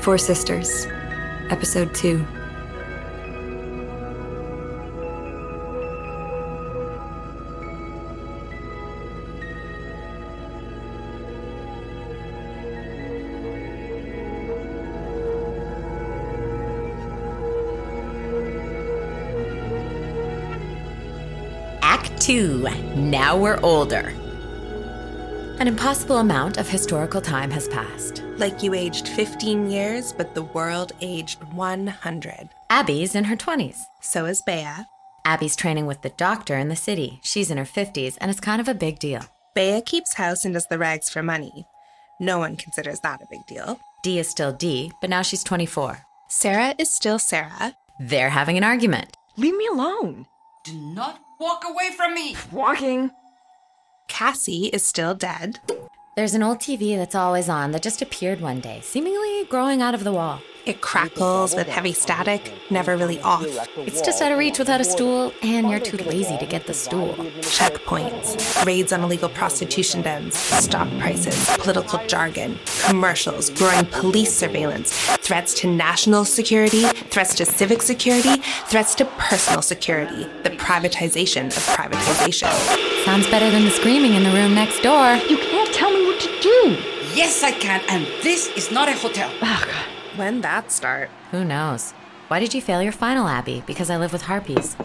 Four Sisters, Episode 2. Act 2 Now We're Older. An impossible amount of historical time has passed. Like you aged 15 years, but the world aged 100. Abby's in her 20s. So is Bea. Abby's training with the doctor in the city. She's in her 50s, and it's kind of a big deal. Bea keeps house and does the rags for money. No one considers that a big deal. Dee is still Dee, but now she's 24. Sarah is still Sarah. They're having an argument. Leave me alone. Do not walk away from me! Walking. Cassie is still dead. There's an old TV that's always on that just appeared one day, seemingly growing out of the wall. It crackles with heavy static, never really off. It's just out of reach without a stool, and you're too lazy to get the stool. Checkpoints, raids on illegal prostitution dens, stock prices, political jargon, commercials, growing police surveillance, threats to national security, threats to civic security, threats to personal security, the privatization of privatization. Sounds better than the screaming in the room next door. You can't tell me what to do. Yes, I can, and this is not a hotel. When that start? Who knows? Why did you fail your final, Abby? Because I live with harpies.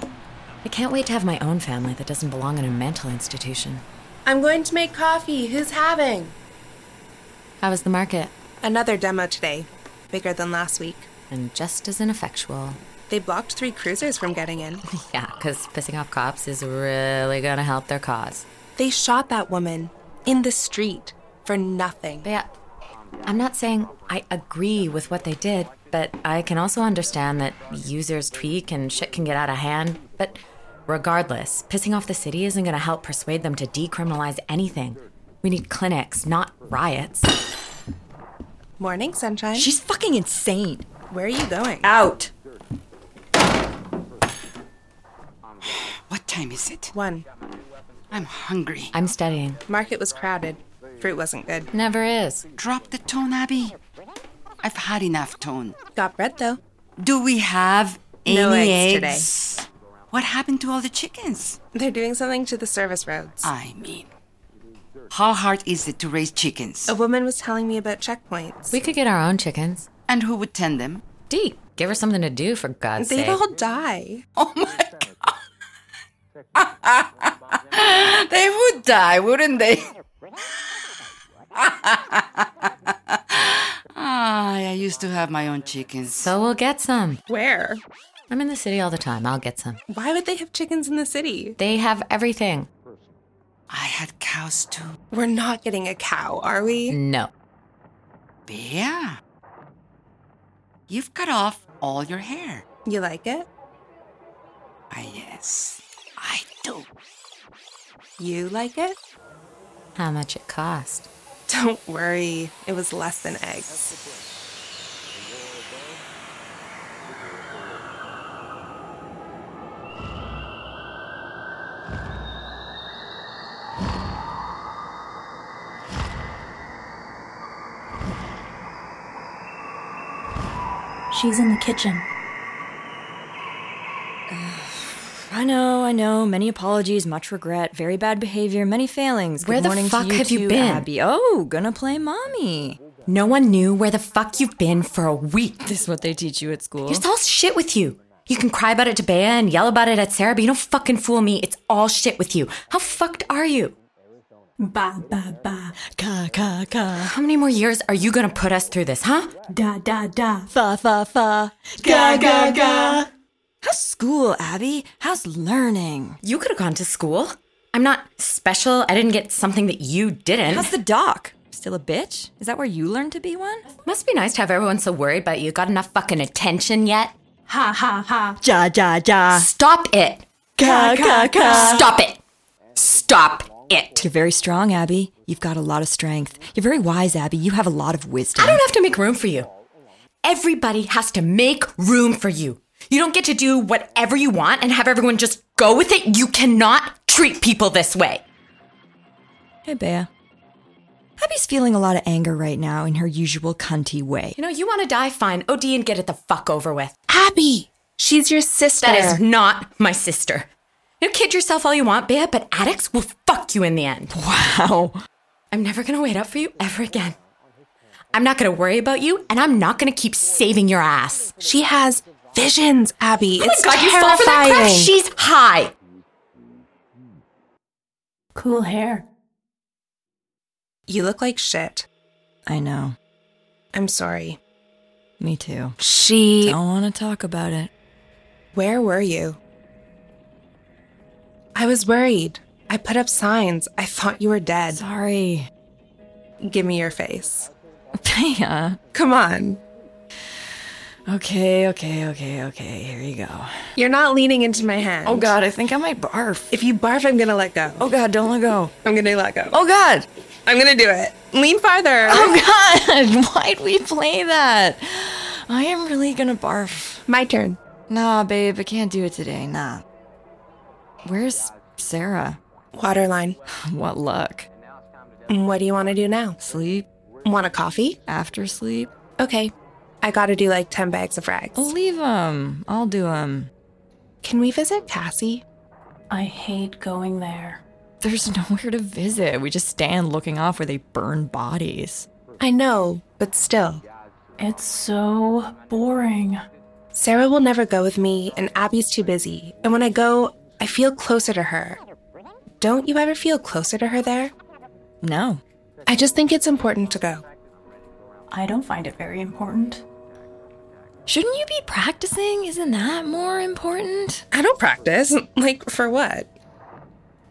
I can't wait to have my own family that doesn't belong in a mental institution. I'm going to make coffee. Who's having? How was the market? Another demo today, bigger than last week. And just as ineffectual. They blocked three cruisers from getting in. Yeah, because pissing off cops is really gonna help their cause. They shot that woman in the street for nothing. But yeah, I'm not saying I agree with what they did, but I can also understand that users tweak and shit can get out of hand. But regardless, pissing off the city isn't gonna help persuade them to decriminalize anything. We need clinics, not riots. Morning, sunshine. She's fucking insane. Where are you going? Out. What time is it? One. I'm hungry. I'm studying. Market was crowded. Fruit wasn't good. Never is. Drop the tone, Abby. I've had enough tone. Got bread though. Do we have any No eggs today. eggs? What happened to all the chickens? They're doing something to the service roads. I mean, how hard is it to raise chickens? A woman was telling me about checkpoints. We could get our own chickens. And who would tend them? Dee, give her something to do for God's They'd sake. all die. Oh my god. they would die, wouldn't they? ah, I used to have my own chickens. so we'll get some. Where? I'm in the city all the time. I'll get some. Why would they have chickens in the city? They have everything. I had cows too. We're not getting a cow, are we? No. Bea. You've cut off all your hair. You like it? Ah, yes. I do. You like it? How much it cost? Don't worry. It was less than eggs. She's in the kitchen. I know, I know. Many apologies, much regret, very bad behavior, many failings. Good Where the morning to fuck you have you too, been? Abby. Oh, gonna play mommy. No one knew where the fuck you've been for a week. This is what they teach you at school. It's all shit with you. You can cry about it to Bea and yell about it at Sarah, but you don't fucking fool me. It's all shit with you. How fucked are you? Ba ba ba, Ka ka ka. How many more years are you gonna put us through this, huh? da da da. Fa fa fa. Ga ga ga. How's school, Abby? How's learning? You could have gone to school. I'm not special. I didn't get something that you didn't. How's the doc? Still a bitch? Is that where you learned to be one? Must be nice to have everyone so worried about you. Got enough fucking attention yet? Ha ha ha. Ja ja ja. Stop it. Ka ka ka. Stop it. Stop it. You're very strong, Abby. You've got a lot of strength. You're very wise, Abby. You have a lot of wisdom. I don't have to make room for you. Everybody has to make room for you. You don't get to do whatever you want and have everyone just go with it. You cannot treat people this way. Hey, Bea. Abby's feeling a lot of anger right now in her usual cunty way. You know, you want to die, fine. OD and get it the fuck over with. Abby, she's your sister. That is not my sister. You kid yourself all you want, Bea, but addicts will fuck you in the end. Wow. I'm never gonna wait up for you ever again. I'm not gonna worry about you, and I'm not gonna keep saving your ass. She has visions, Abby. Oh my it's god, you terrifying. fall for that crap? She's high. Cool hair. you look like shit. I know. I'm sorry. Me too. She. Don't want to talk about it. Where were you? I was worried. I put up signs. I thought you were dead. Sorry. Give me your face. Thea. Come on. Okay, okay, okay, okay. Here you go. You're not leaning into my hand. Oh god, I think I might barf. If you barf, I'm gonna let go. Oh god, don't let go. I'm gonna let go. Oh god. I'm gonna do it. Lean farther. Oh god. Why'd we play that? I am really gonna barf. My turn. Nah, babe, I can't do it today. Nah. Where's Sarah? Waterline. What luck. What do you wanna do now? Sleep? Want a coffee? After sleep? Okay. I gotta do like 10 bags of rags. Leave them. I'll do um, them. Can we visit Cassie? I hate going there. There's nowhere to visit. We just stand looking off where they burn bodies. I know, but still. It's so boring. Sarah will never go with me, and Abby's too busy. And when I go, I feel closer to her. Don't you ever feel closer to her there? No. I just think it's important to go. I don't find it very important. Shouldn't you be practicing? Isn't that more important? I don't practice. Like, for what?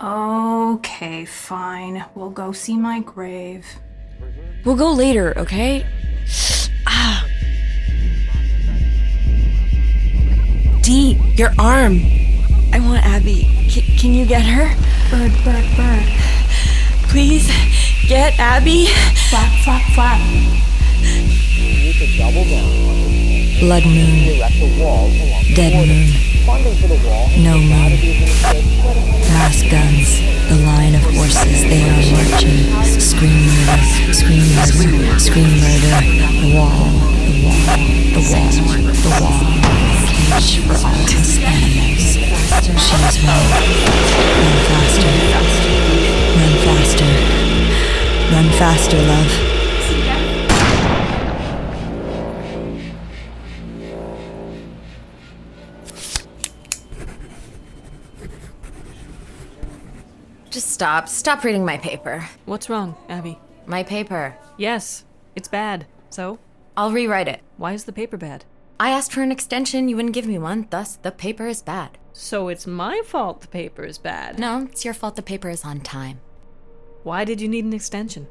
Okay, fine. We'll go see my grave. We'll go later, okay? Dee, your arm. I want Abby. C- can you get her? Bird, bird, bird. Please get Abby. Flap, flap, flap. Blood moon. Dead moon. No moon. Mass guns. The line of horses. They are marching. Scream murder. Scream murder. Scream murder. The wall. The wall. The wall. The wall. Cage for all us animals. She is one. Run faster. Run faster. Run faster, love. Just stop. Stop reading my paper. What's wrong, Abby? My paper. Yes, it's bad. So, I'll rewrite it. why is the paper bad? I asked for an extension, you wouldn't give me one, thus, the paper is bad. So it's my fault the paper is bad. No, it's your fault the paper is on time. Why did you need an extension?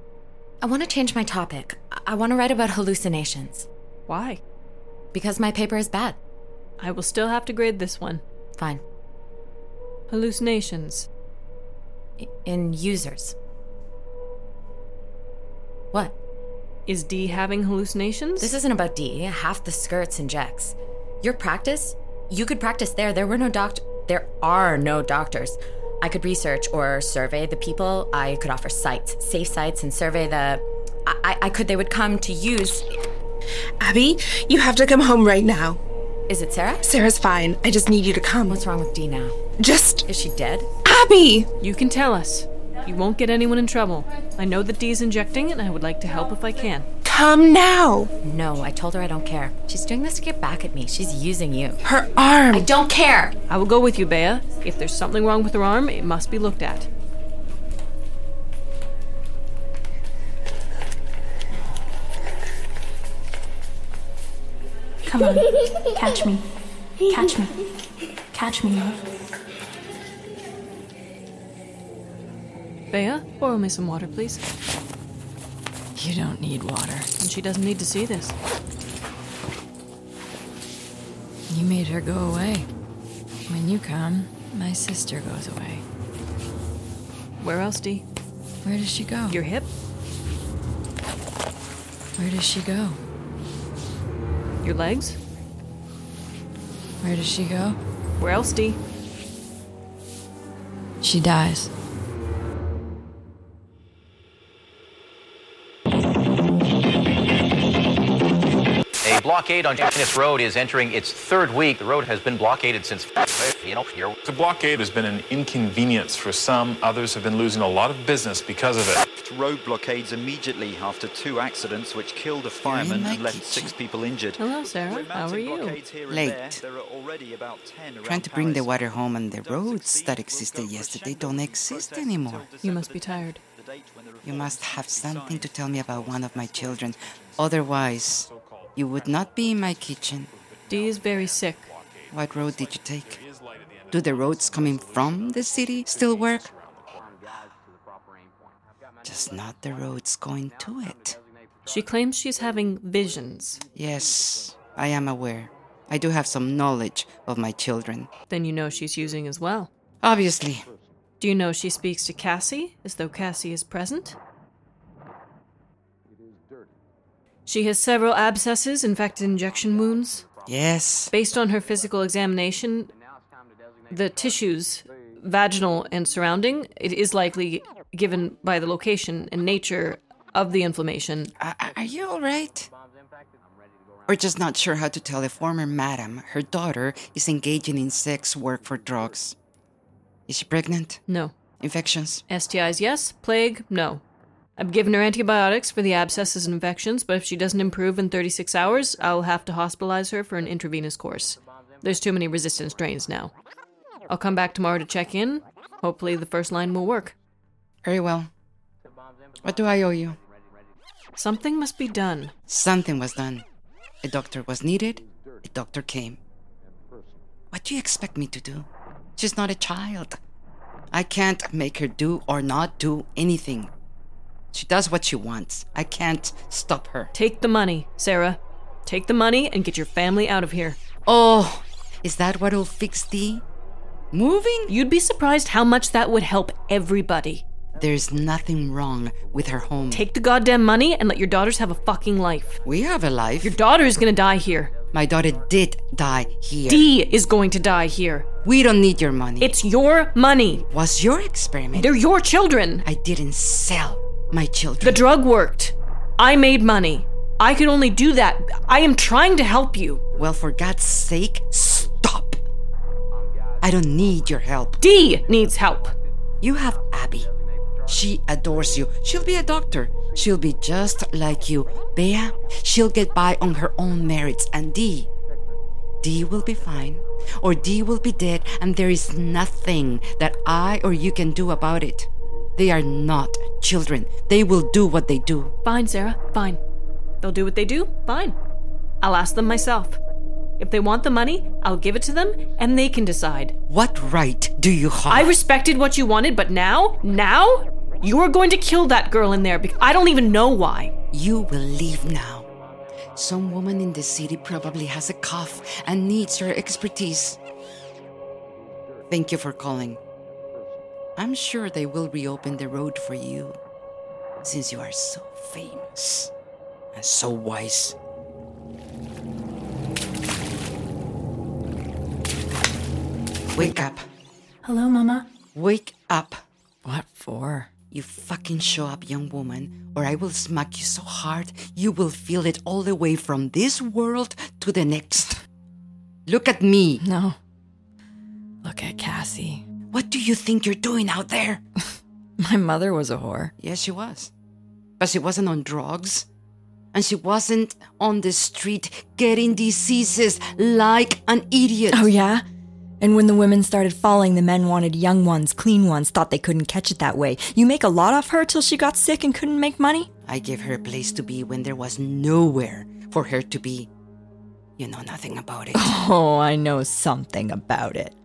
I want to change my topic. I, I want to write about hallucinations. Why? Because my paper is bad. I will still have to grade this one. Fine. Hallucinations. I- in users. What? Is D having hallucinations? This isn't about D. Half the skirts and jacks. Your practice? You could practice there. There were no doct. There are no doctors. I could research or survey the people. I could offer sites, safe sites, and survey the. I, I- I could. They would come to use. Abby, you have to come home right now. Is it Sarah? Sarah's fine. I just need you to come. What's wrong with D now? Just Is she dead? Abby. You can tell us. You won't get anyone in trouble. I know that D's injecting, and I would like to help if I can. Come now. No, I told her I don't care. She's doing this to get back at me. She's using you. Her arm. I don't care. I will go with you, Bea. If there's something wrong with her arm, it must be looked at. Come on. Catch me. Catch me. Catch me, love. Bea, borrow me some water, please. You don't need water. And she doesn't need to see this. You made her go away. When you come, my sister goes away. Where else, D? Where does she go? Your hip? Where does she go? Your legs? Where does she go? Where else, D? She dies. blockade on Japanese Road is entering its third week. The road has been blockaded since, you know, here. The blockade has been an inconvenience for some. Others have been losing a lot of business because of it. Road blockades immediately after two accidents which killed a fireman and left six people injured. Hello, Sarah. How are you? Late. Trying to bring the water home, and the roads that existed yesterday don't exist anymore. You must be tired. You must have something to tell me about one of my children. Otherwise, you would not be in my kitchen. Dee is very sick. What road did you take? Do the roads coming from the city still work? Just not the roads going to it. She claims she's having visions. Yes, I am aware. I do have some knowledge of my children. Then you know she's using as well. Obviously. Do you know she speaks to Cassie as though Cassie is present? She has several abscesses, in fact, injection wounds. Yes. Based on her physical examination, the tissues, vaginal and surrounding, it is likely given by the location and nature of the inflammation. Are, are you all right? We're just not sure how to tell a former madam her daughter is engaging in sex work for drugs. Is she pregnant? No. Infections? STIs, yes. Plague, no. I've given her antibiotics for the abscesses and infections, but if she doesn't improve in 36 hours, I'll have to hospitalize her for an intravenous course. There's too many resistant strains now. I'll come back tomorrow to check in. Hopefully, the first line will work. Very well. What do I owe you? Something must be done. Something was done. A doctor was needed, a doctor came. What do you expect me to do? She's not a child. I can't make her do or not do anything. She does what she wants. I can't stop her. Take the money, Sarah. Take the money and get your family out of here. Oh, is that what'll fix the moving? You'd be surprised how much that would help everybody. There's nothing wrong with her home. Take the goddamn money and let your daughters have a fucking life. We have a life. Your daughter is gonna die here. My daughter did die here. Dee is going to die here. We don't need your money. It's your money. Was your experiment? They're your children. I didn't sell my children. The drug worked. I made money. I could only do that. I am trying to help you. Well, for God's sake, stop. I don't need your help. Dee needs help. You have Abby. She adores you. She'll be a doctor. She'll be just like you. Bea, she'll get by on her own merits. And Dee, Dee will be fine. Or Dee will be dead, and there is nothing that I or you can do about it. They are not children. They will do what they do. Fine, Sarah. Fine. They'll do what they do. Fine. I'll ask them myself. If they want the money, I'll give it to them and they can decide. What right do you have? I respected what you wanted, but now, now, you are going to kill that girl in there because I don't even know why. You will leave now. Some woman in the city probably has a cough and needs your expertise. Thank you for calling. I'm sure they will reopen the road for you, since you are so famous and so wise. Wake up. Hello, Mama. Wake up. What for? You fucking show up, young woman, or I will smack you so hard you will feel it all the way from this world to the next. Look at me. No. Look at Cassie. What do you think you're doing out there? My mother was a whore. Yes, she was. But she wasn't on drugs. And she wasn't on the street getting diseases like an idiot. Oh, yeah? And when the women started falling, the men wanted young ones, clean ones, thought they couldn't catch it that way. You make a lot off her till she got sick and couldn't make money? I gave her a place to be when there was nowhere for her to be. You know nothing about it. Oh, I know something about it.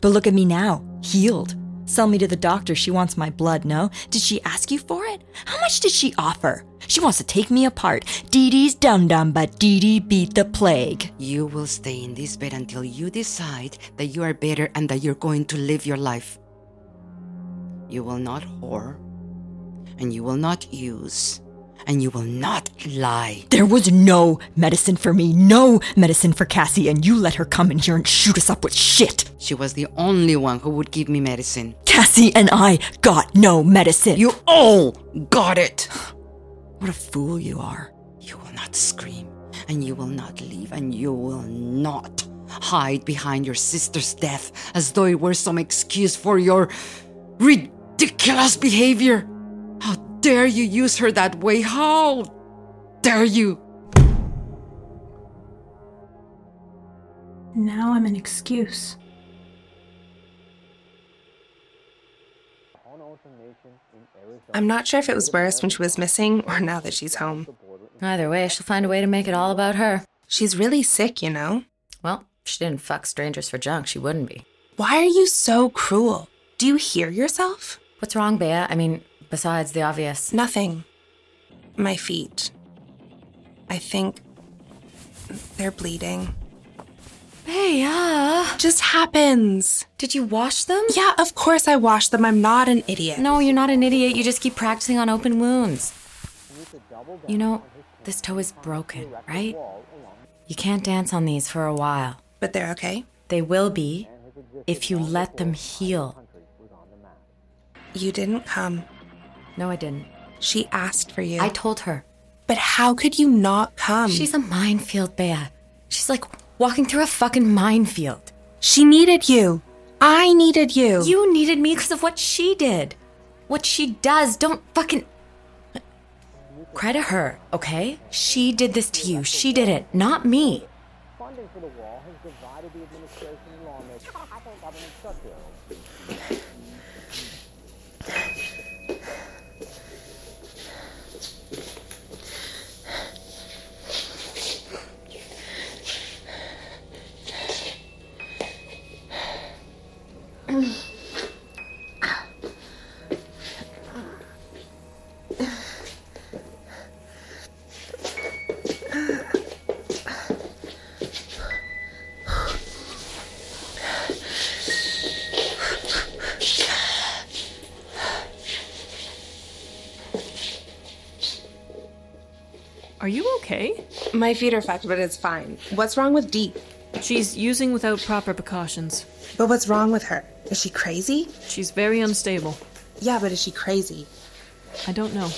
But look at me now, healed. Sell me to the doctor. She wants my blood, no? Did she ask you for it? How much did she offer? She wants to take me apart. Dee Dee's dum dum, but Dee Dee beat the plague. You will stay in this bed until you decide that you are better and that you're going to live your life. You will not whore, and you will not use, and you will not lie. There was no medicine for me, no medicine for Cassie, and you let her come in here and shoot us up with shit. She was the only one who would give me medicine. Cassie and I got no medicine. You all got it. What a fool you are. You will not scream. and you will not leave, and you will not hide behind your sister's death as though it were some excuse for your ridiculous behavior. How dare you use her that way? How dare you? Now I'm an excuse. I'm not sure if it was worse when she was missing or now that she's home. Either way, she'll find a way to make it all about her. She's really sick, you know? Well, if she didn't fuck strangers for junk, she wouldn't be. Why are you so cruel? Do you hear yourself? What's wrong, Bea? I mean, besides the obvious. Nothing. My feet. I think they're bleeding. Bea! Just happens. Did you wash them? Yeah, of course I washed them. I'm not an idiot. No, you're not an idiot. You just keep practicing on open wounds. You know, this toe is broken, right? You can't dance on these for a while. But they're okay? They will be if you let them heal. You didn't come. No, I didn't. She asked for you. I told her. But how could you not come? She's a minefield, Bea. She's like walking through a fucking minefield. She needed you. I needed you. You needed me because of what she did. What she does. Don't fucking. Credit her, okay? She did this to you. She did it, not me. Are you okay? My feet are fucked, but it's fine. What's wrong with Dee? She's using without proper precautions. But what's wrong with her? Is she crazy? She's very unstable. Yeah, but is she crazy? I don't know.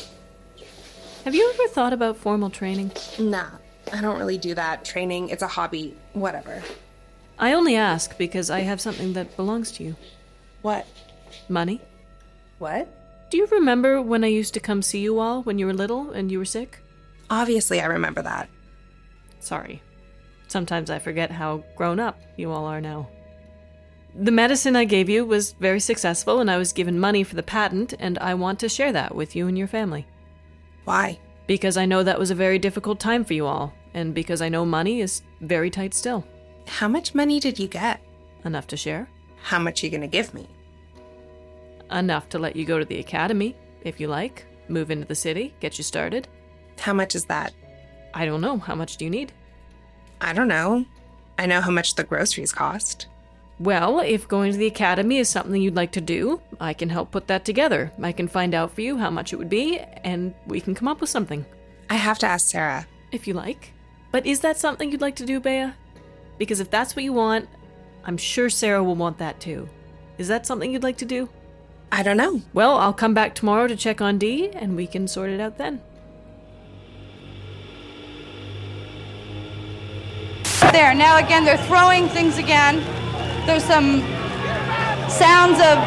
Have you ever thought about formal training? Nah, I don't really do that. Training, it's a hobby, whatever. I only ask because I have something that belongs to you What? money. What? Do you remember when I used to come see you all when you were little and you were sick? Obviously, I remember that. Sorry. Sometimes I forget how grown up you all are now. The medicine I gave you was very successful, and I was given money for the patent, and I want to share that with you and your family. Why? Because I know that was a very difficult time for you all, and because I know money is very tight still. How much money did you get? Enough to share? How much are you gonna give me? Enough to let you go to the academy, if you like, move into the city, get you started. How much is that? I don't know, how much do you need? I don't know. I know how much the groceries cost. Well, if going to the academy is something you'd like to do, I can help put that together. I can find out for you how much it would be, and we can come up with something, I have to ask Sarah. if you like. But is that something you'd like to do, Bea? Because if that's what you want, I'm sure Sarah will want that too. Is that something you'd like to do? I don't know. Well, I'll come back tomorrow to check on Dee, and we can sort it out then. There, now again, they're throwing things again. There's some sounds of,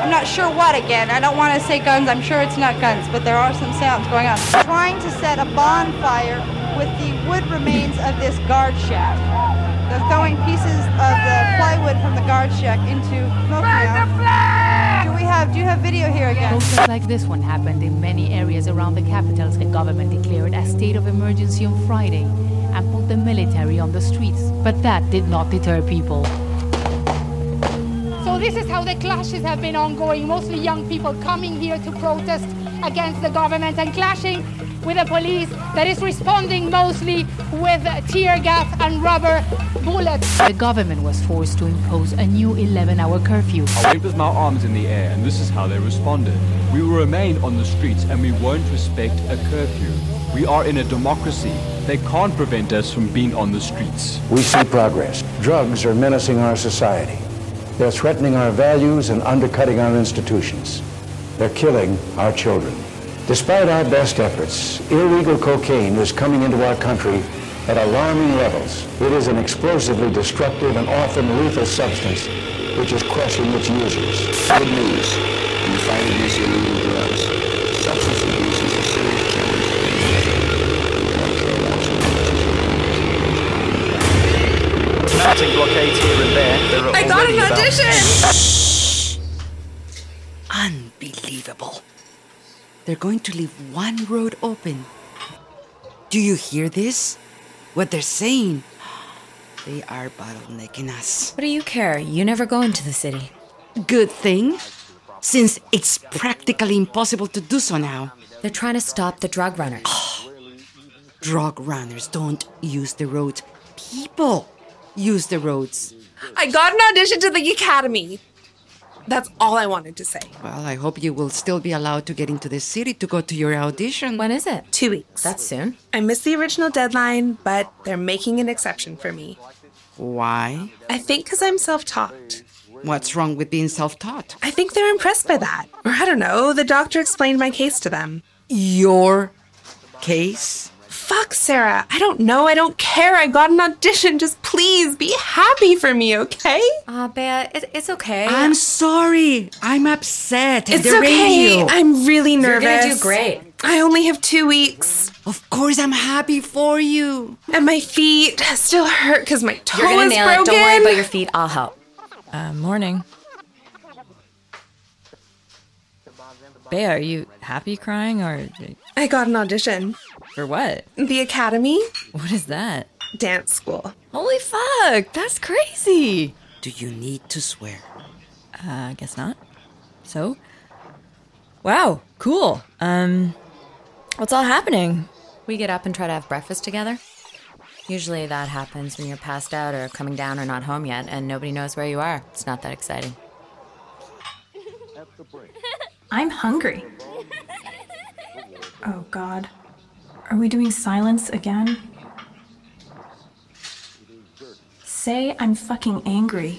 I'm not sure what again. I don't want to say guns, I'm sure it's not guns, but there are some sounds going on. Trying to set a bonfire with the wood remains of this guard shack. They're throwing pieces of the plywood from the guard shack into smoke now. Do we have, do you have video here again? Protests like this one happened in many areas around the capitals. The government declared a state of emergency on Friday and put the military on the streets. But that did not deter people. So this is how the clashes have been ongoing, mostly young people coming here to protest against the government and clashing with the police that is responding mostly with tear gas and rubber bullets. The government was forced to impose a new 11 hour curfew. I waved with my arms in the air, and this is how they responded. We will remain on the streets, and we won't respect a curfew. We are in a democracy. They can't prevent us from being on the streets. We see progress. Drugs are menacing our society. They're threatening our values and undercutting our institutions. They're killing our children. Despite our best efforts, illegal cocaine is coming into our country at alarming levels. It is an explosively destructive and often lethal substance which is crushing its users. Good news. In the fight against illegal drugs, substance abuse is a serious challenge. Mounting blockades here and there. there are I got already an about- audition! Unbelievable. They're going to leave one road open. Do you hear this? What they're saying? They are bottlenecking us. What do you care? You never go into the city. Good thing, since it's practically impossible to do so now. They're trying to stop the drug runners. Drug runners don't use the roads. People use the roads. I got an audition to the academy. That's all I wanted to say. Well, I hope you will still be allowed to get into the city to go to your audition. When is it? Two weeks. That's soon. I missed the original deadline, but they're making an exception for me. Why? I think because I'm self taught. What's wrong with being self taught? I think they're impressed by that. Or I don't know, the doctor explained my case to them. Your case? Fuck, Sarah. I don't know. I don't care. I got an audition. Just please be happy for me, okay? Ah, Bea, it, it's okay. I'm sorry. I'm upset. It's the okay. radio. I'm really You're nervous. gonna do great. I only have two weeks. Of course, I'm happy for you. And my feet still hurt because my toe You're gonna is nail broken. it. Don't worry about your feet. I'll help. Uh, morning. Bea, are you happy crying or I got an audition. for what? The Academy What is that? Dance School. Holy fuck, that's crazy. Do you need to swear? Uh, I guess not. So, wow, cool. Um, what's all happening? We get up and try to have breakfast together. Usually that happens when you're passed out or coming down or not home yet, and nobody knows where you are. It's not that exciting. I'm hungry. Oh god. Are we doing silence again? Say I'm fucking angry.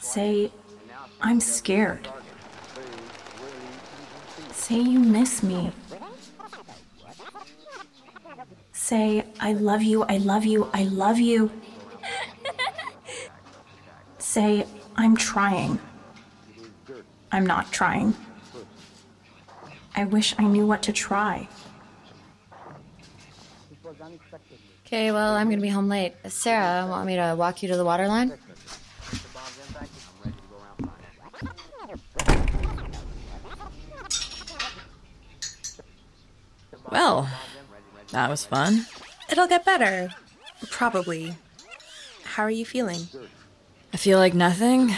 Say I'm scared. Say you miss me. Say I love you, I love you, I love you. Say I'm trying. I'm not trying. I wish I knew what to try. Okay, well, I'm gonna be home late. Sarah, want me to walk you to the water line? Well, that was fun. It'll get better. Probably. How are you feeling? I feel like nothing.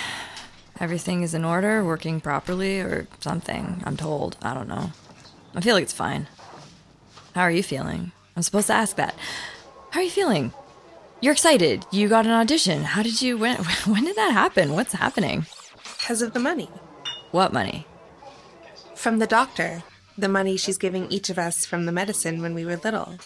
Everything is in order, working properly, or something. I'm told. I don't know. I feel like it's fine. How are you feeling? I'm supposed to ask that. How are you feeling? You're excited. You got an audition. How did you? When? When did that happen? What's happening? Because of the money. What money? From the doctor. The money she's giving each of us from the medicine when we were little.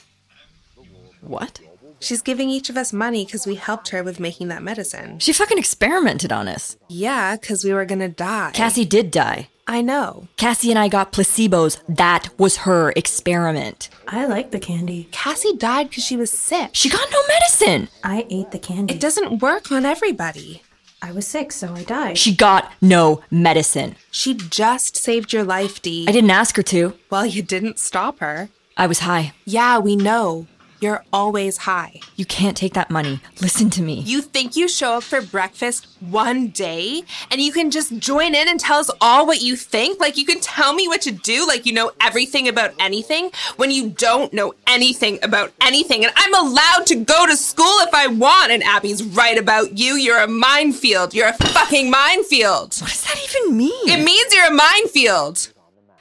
What? She's giving each of us money because we helped her with making that medicine. She fucking experimented on us. Yeah, because we were gonna die. Cassie did die. I know. Cassie and I got placebos. That was her experiment. I like the candy. Cassie died because she was sick. She got no medicine. I ate the candy. It doesn't work on everybody. I was sick, so I died. She got no medicine. She just saved your life, Dee. I didn't ask her to. Well, you didn't stop her. I was high. Yeah, we know. You're always high. You can't take that money. Listen to me. You think you show up for breakfast one day and you can just join in and tell us all what you think? Like you can tell me what to do, like you know everything about anything when you don't know anything about anything. And I'm allowed to go to school if I want. And Abby's right about you. You're a minefield. You're a fucking minefield. What does that even mean? It means you're a minefield.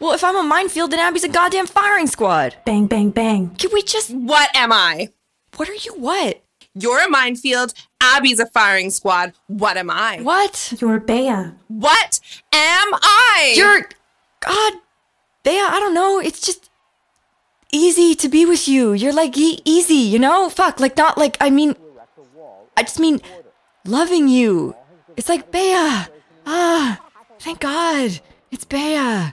well, if I'm a minefield, then Abby's a goddamn firing squad. bang, bang, bang. Can we just. What am I? What are you what? You're a minefield. Abby's a firing squad. What am I? What? You're Bea. What am I? You're. God. Bea, I don't know. It's just. Easy to be with you. You're like e- easy, you know? Fuck. Like, not like. I mean. I just mean. Loving you. It's like, Bea. Ah. Thank God. It's Bea.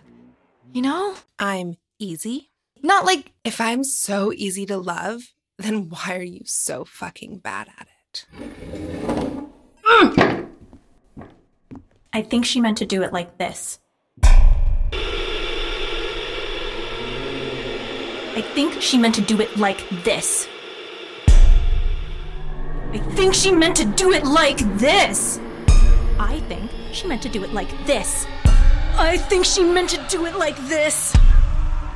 You know? I'm easy. Not like. If I'm so easy to love, then why are you so fucking bad at it? I think she meant to do it like this. I think she meant to do it like this. I think she meant to do it like this. I think she meant to do it like this. I think she meant to do it like this.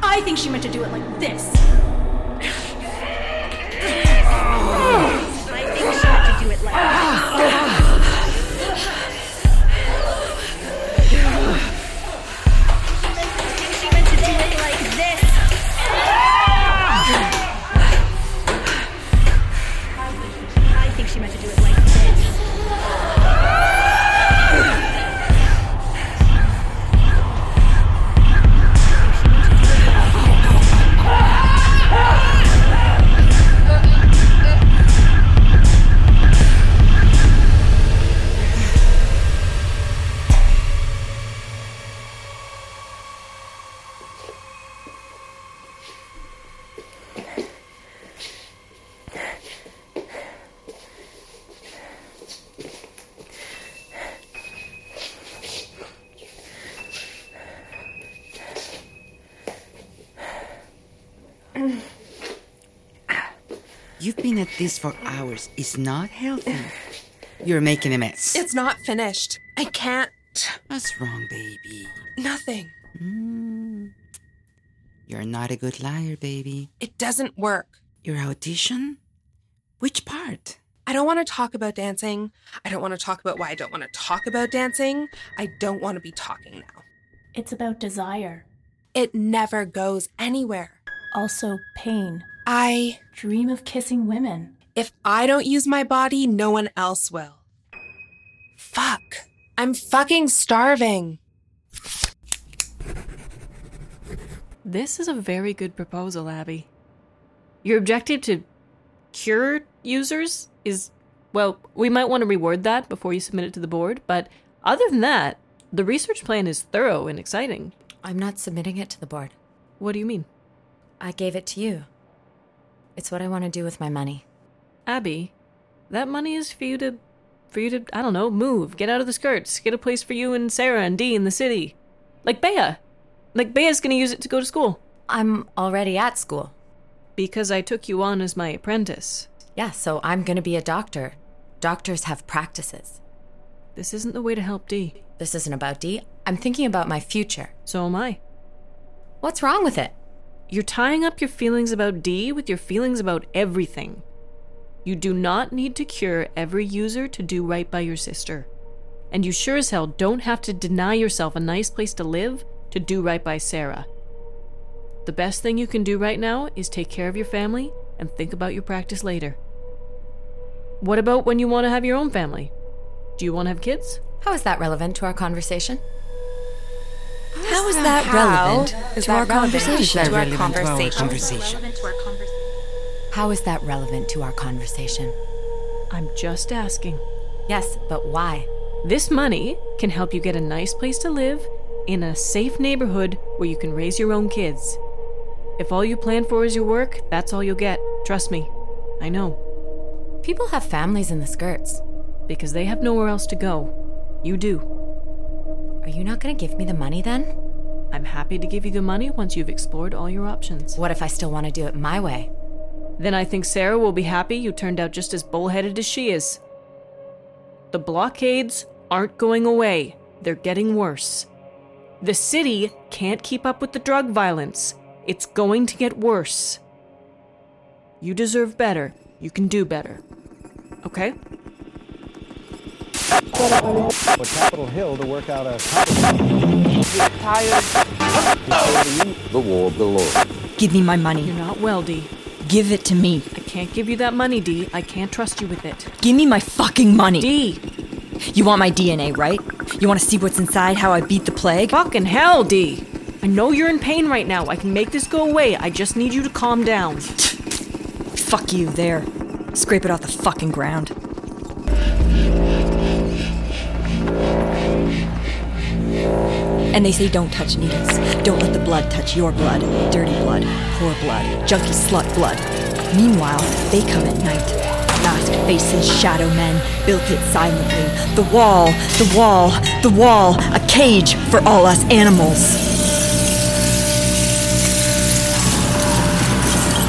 I think she meant to do it like this. I think she meant to do it like this. You've been at this for hours. It's not healthy. You're making a mess. It's not finished. I can't. What's wrong, baby? Hmm. Nothing. You're not a good liar, baby. It doesn't work. Your audition? Which part? I don't want to talk about dancing. I don't want to talk about why I don't want to talk about dancing. I don't want to be talking now. It's about desire, It never goes anywhere. also pain. I. Dream of kissing women. If I don't use my body, no one else will. Fuck. I'm fucking starving. This is a very good proposal, Abby. Your objective to cure users is well, we might want to reward that before you submit it to the board, but other than that, the research plan is thorough and exciting. I'm not submitting it to the board. What do you mean? I gave it to you. It's what I want to do with my money. Abby, that money is for you to for you to I don't know, move, get out of the skirts, get a place for you and Sarah and Dee in the city. Like Bea. Like Bea's gonna use it to go to school. I'm already at school. Because I took you on as my apprentice. Yeah, so I'm going to be a doctor. Doctors have practices. This isn't the way to help Dee. This isn't about D. I'm thinking about my future. So am I. What's wrong with it? You're tying up your feelings about D with your feelings about everything. You do not need to cure every user to do right by your sister. And you sure as hell don't have to deny yourself a nice place to live to do right by Sarah. The best thing you can do right now is take care of your family and think about your practice later. What about when you want to have your own family? Do you want to have kids? How is that relevant to our conversation? How is that relevant Is to our that relevant conversation? Is that to our relevant to our conversation? conversation? How is that relevant to our conversation? I'm just asking. Yes, but why? This money can help you get a nice place to live in a safe neighborhood where you can raise your own kids. If all you plan for is your work, that's all you'll get. Trust me. I know. People have families in the skirts. Because they have nowhere else to go. You do. Are you not going to give me the money then? I'm happy to give you the money once you've explored all your options. What if I still want to do it my way? Then I think Sarah will be happy you turned out just as bullheaded as she is. The blockades aren't going away, they're getting worse. The city can't keep up with the drug violence. It's going to get worse. You deserve better. You can do better. Okay? But Capitol Hill to work out a. Tired. The war below. Give me my money. You're not well, Dee. Give it to me. I can't give you that money, Dee. I can't trust you with it. Give me my fucking money. Dee! You want my DNA, right? You want to see what's inside, how I beat the plague? Fucking hell, Dee! I know you're in pain right now. I can make this go away. I just need you to calm down. Fuck you, there. Scrape it off the fucking ground. And they say don't touch needles. Don't let the blood touch your blood. Dirty blood, poor blood, junkie slut blood. Meanwhile, they come at night. Masked faces, shadow men, built it silently. The wall, the wall, the wall, a cage for all us animals.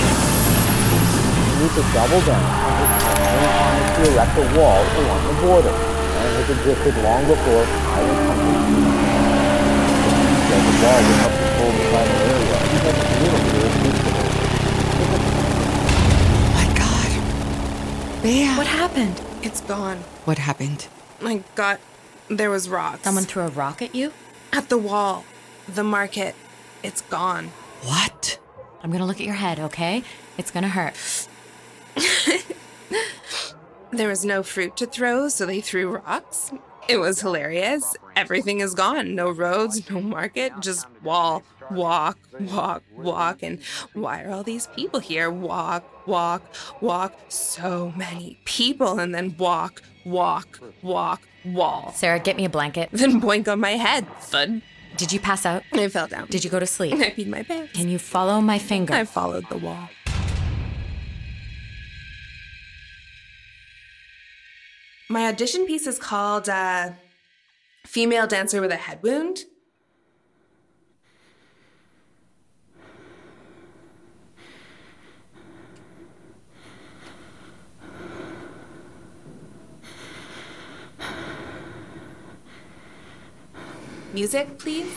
need to double down on its plan and to erect a wall along the border, and has existed long before I was coming. The wall will help control the final area, even if it's little bit irresistible. Bea. Oh What happened? It's gone. What happened? My God, there was rocks. Someone threw a rock at you? At the wall, the market. It's gone. What? I'm gonna look at your head, okay? It's gonna hurt. There was no fruit to throw, so they threw rocks. It was hilarious. Everything is gone. No roads, no market, just wall. Walk, walk, walk. And why are all these people here? Walk, walk, walk. So many people. And then walk, walk, walk, wall. Sarah, get me a blanket. Then boink on my head. Thud. Did you pass out? I fell down. Did you go to sleep? I peed my pants. Can you follow my finger? I followed the wall. My audition piece is called uh, Female Dancer with a Head Wound. Music, please.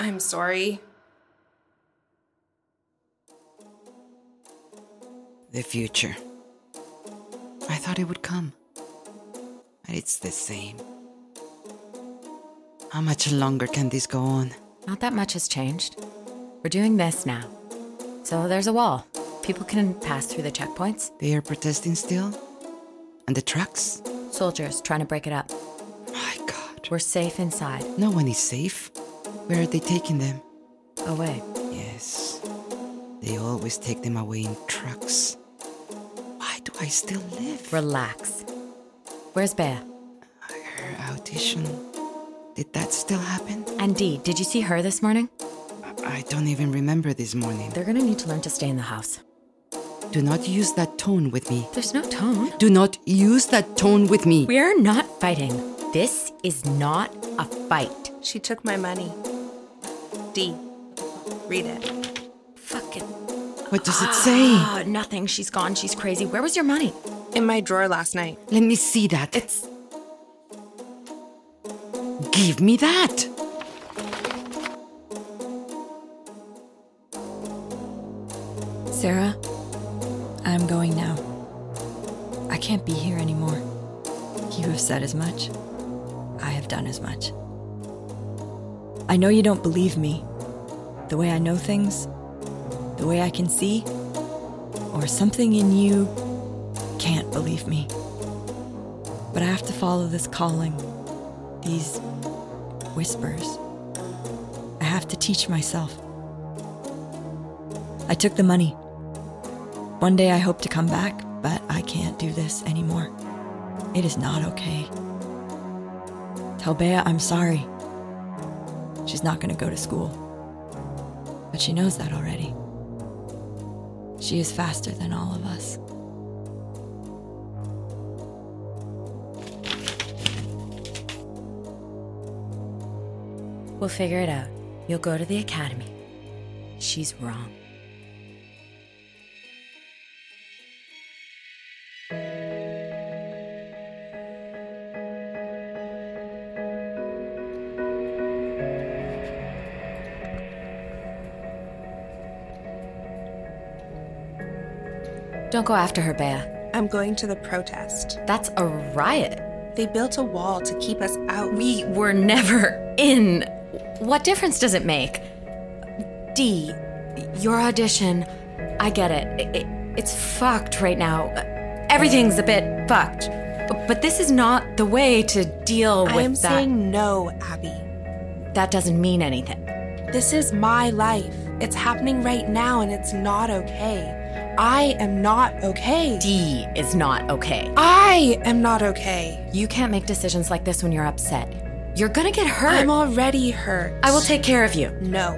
I'm sorry. The future. I thought it would come. But it's the same. How much longer can this go on? Not that much has changed. We're doing this now. So there's a wall. People can pass through the checkpoints. They are protesting still? And the trucks? Soldiers trying to break it up. My god. We're safe inside. No one is safe. Where are they taking them? Away. Yes. They always take them away in trucks. Why do I still live? Relax. Where's Bea? Her audition. Did that still happen? And Dee, did you see her this morning? I don't even remember this morning. They're gonna need to learn to stay in the house. Do not use that tone with me. There's no tone. Do not use that tone with me. We're not fighting. This is not a fight. She took my money. D. Read it. Fucking. What does it say? Ah, nothing. She's gone. She's crazy. Where was your money? In my drawer last night. Let me see that. It's. Give me that. Sarah, I'm going now. I can't be here anymore. You have said as much. I have done as much. I know you don't believe me. The way I know things, the way I can see, or something in you can't believe me. But I have to follow this calling, these whispers. I have to teach myself. I took the money. One day I hope to come back, but I can't do this anymore. It is not okay. Tell Bea I'm sorry. She's not going to go to school. But she knows that already. She is faster than all of us. We'll figure it out. You'll go to the academy. She's wrong. Don't go after her, Bea. I'm going to the protest. That's a riot. They built a wall to keep us out. We were never in. What difference does it make? D, your audition, I get it. I- I- It's fucked right now. Everything's a bit fucked. But this is not the way to deal with I am that. saying no, Abby. That doesn't mean anything. This is my life. It's happening right now and it's not okay. I am not okay. D is not okay. I am not okay. You can't make decisions like this when you're upset. You're gonna get hurt. I'm already hurt. I will take care of you. No.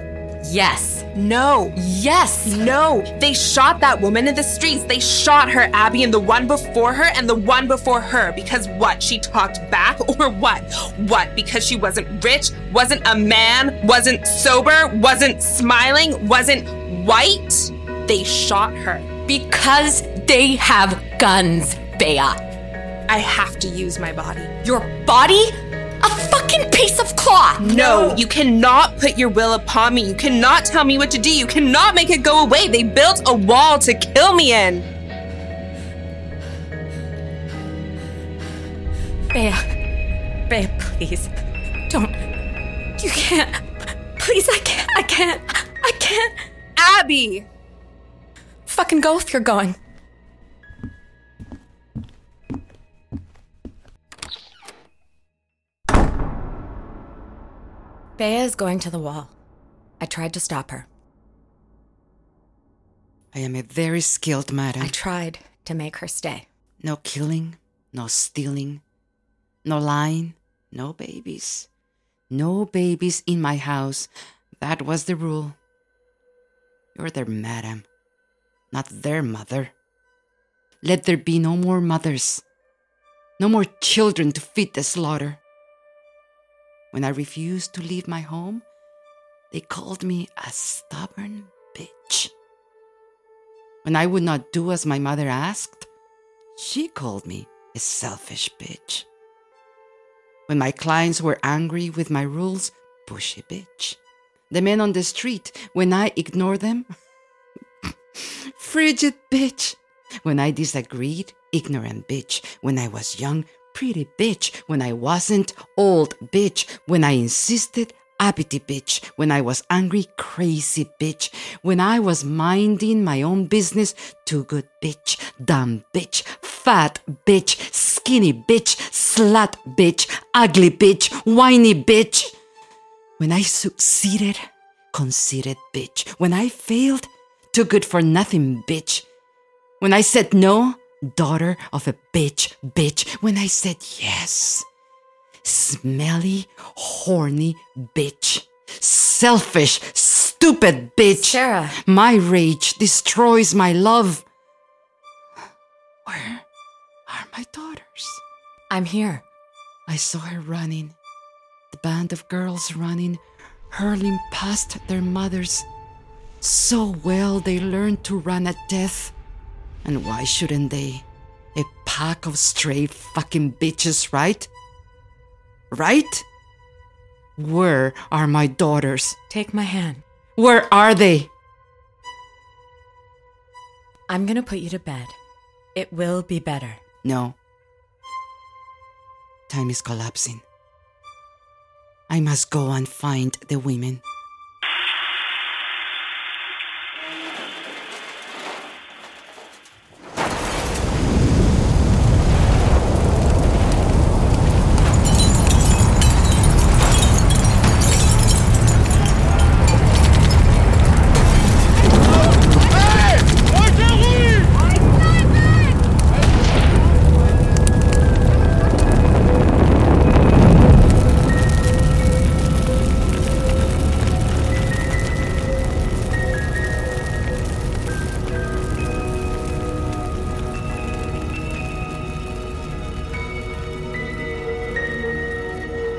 Yes. No. Yes. No. They shot that woman in the streets. They shot her, Abby, and the one before her and the one before her. Because what? She talked back or what? What? Because she wasn't rich, wasn't a man, wasn't sober, wasn't smiling, wasn't white? They shot her. Because they have guns, Bea. I have to use my body. Your body? A fucking piece of cloth! No, you cannot put your will upon me. You cannot tell me what to do. You cannot make it go away. They built a wall to kill me in. Bea. Bea, please. Don't. You can't. Please, I can't. I can't. I can't. Abby! Fucking go if you're going. Bea is going to the wall. I tried to stop her. I am a very skilled madam. I tried to make her stay. No killing, no stealing, no lying, no babies. No babies in my house. That was the rule. You're their madam, not their mother. Let there be no more mothers, no more children to feed the slaughter. When I refused to leave my home, they called me a stubborn bitch. When I would not do as my mother asked, she called me a selfish bitch. When my clients were angry with my rules, pushy bitch. The men on the street, when I ignored them, frigid bitch. When I disagreed, ignorant bitch. When I was young, pretty bitch. When I wasn't, old bitch. When I insisted, uppity bitch. When I was angry, crazy bitch. When I was minding my own business, too good bitch, dumb bitch, fat bitch, skinny bitch, slut bitch, ugly bitch, whiny bitch. When I succeeded, conceited bitch. When I failed, too good for nothing bitch. When I said no, daughter of a bitch, bitch, when I said yes. Smelly, horny bitch. Selfish, stupid bitch. Sarah. My rage destroys my love. Where are my daughters? I'm here. I saw her running. The band of girls running, hurling past their mothers. So well they learned to run at death. And why shouldn't they? A pack of stray fucking bitches, right? Right? Where are my daughters? Take my hand. Where are they? I'm gonna put you to bed. It will be better. No. Time is collapsing. I must go and find the women.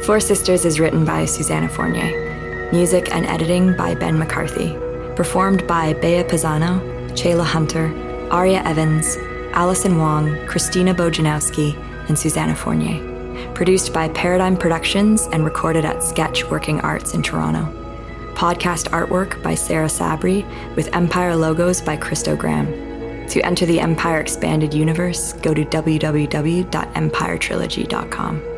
Four Sisters is written by Susanna Fournier. Music and editing by Ben McCarthy. Performed by Bea Pisano, Chayla Hunter, Aria Evans, Allison Wong, Christina Bojanowski, and Susanna Fournier. Produced by Paradigm Productions and recorded at Sketch Working Arts in Toronto. Podcast artwork by Sarah Sabri with Empire logos by Christo Graham. To enter the Empire Expanded Universe, go to www.empiretrilogy.com.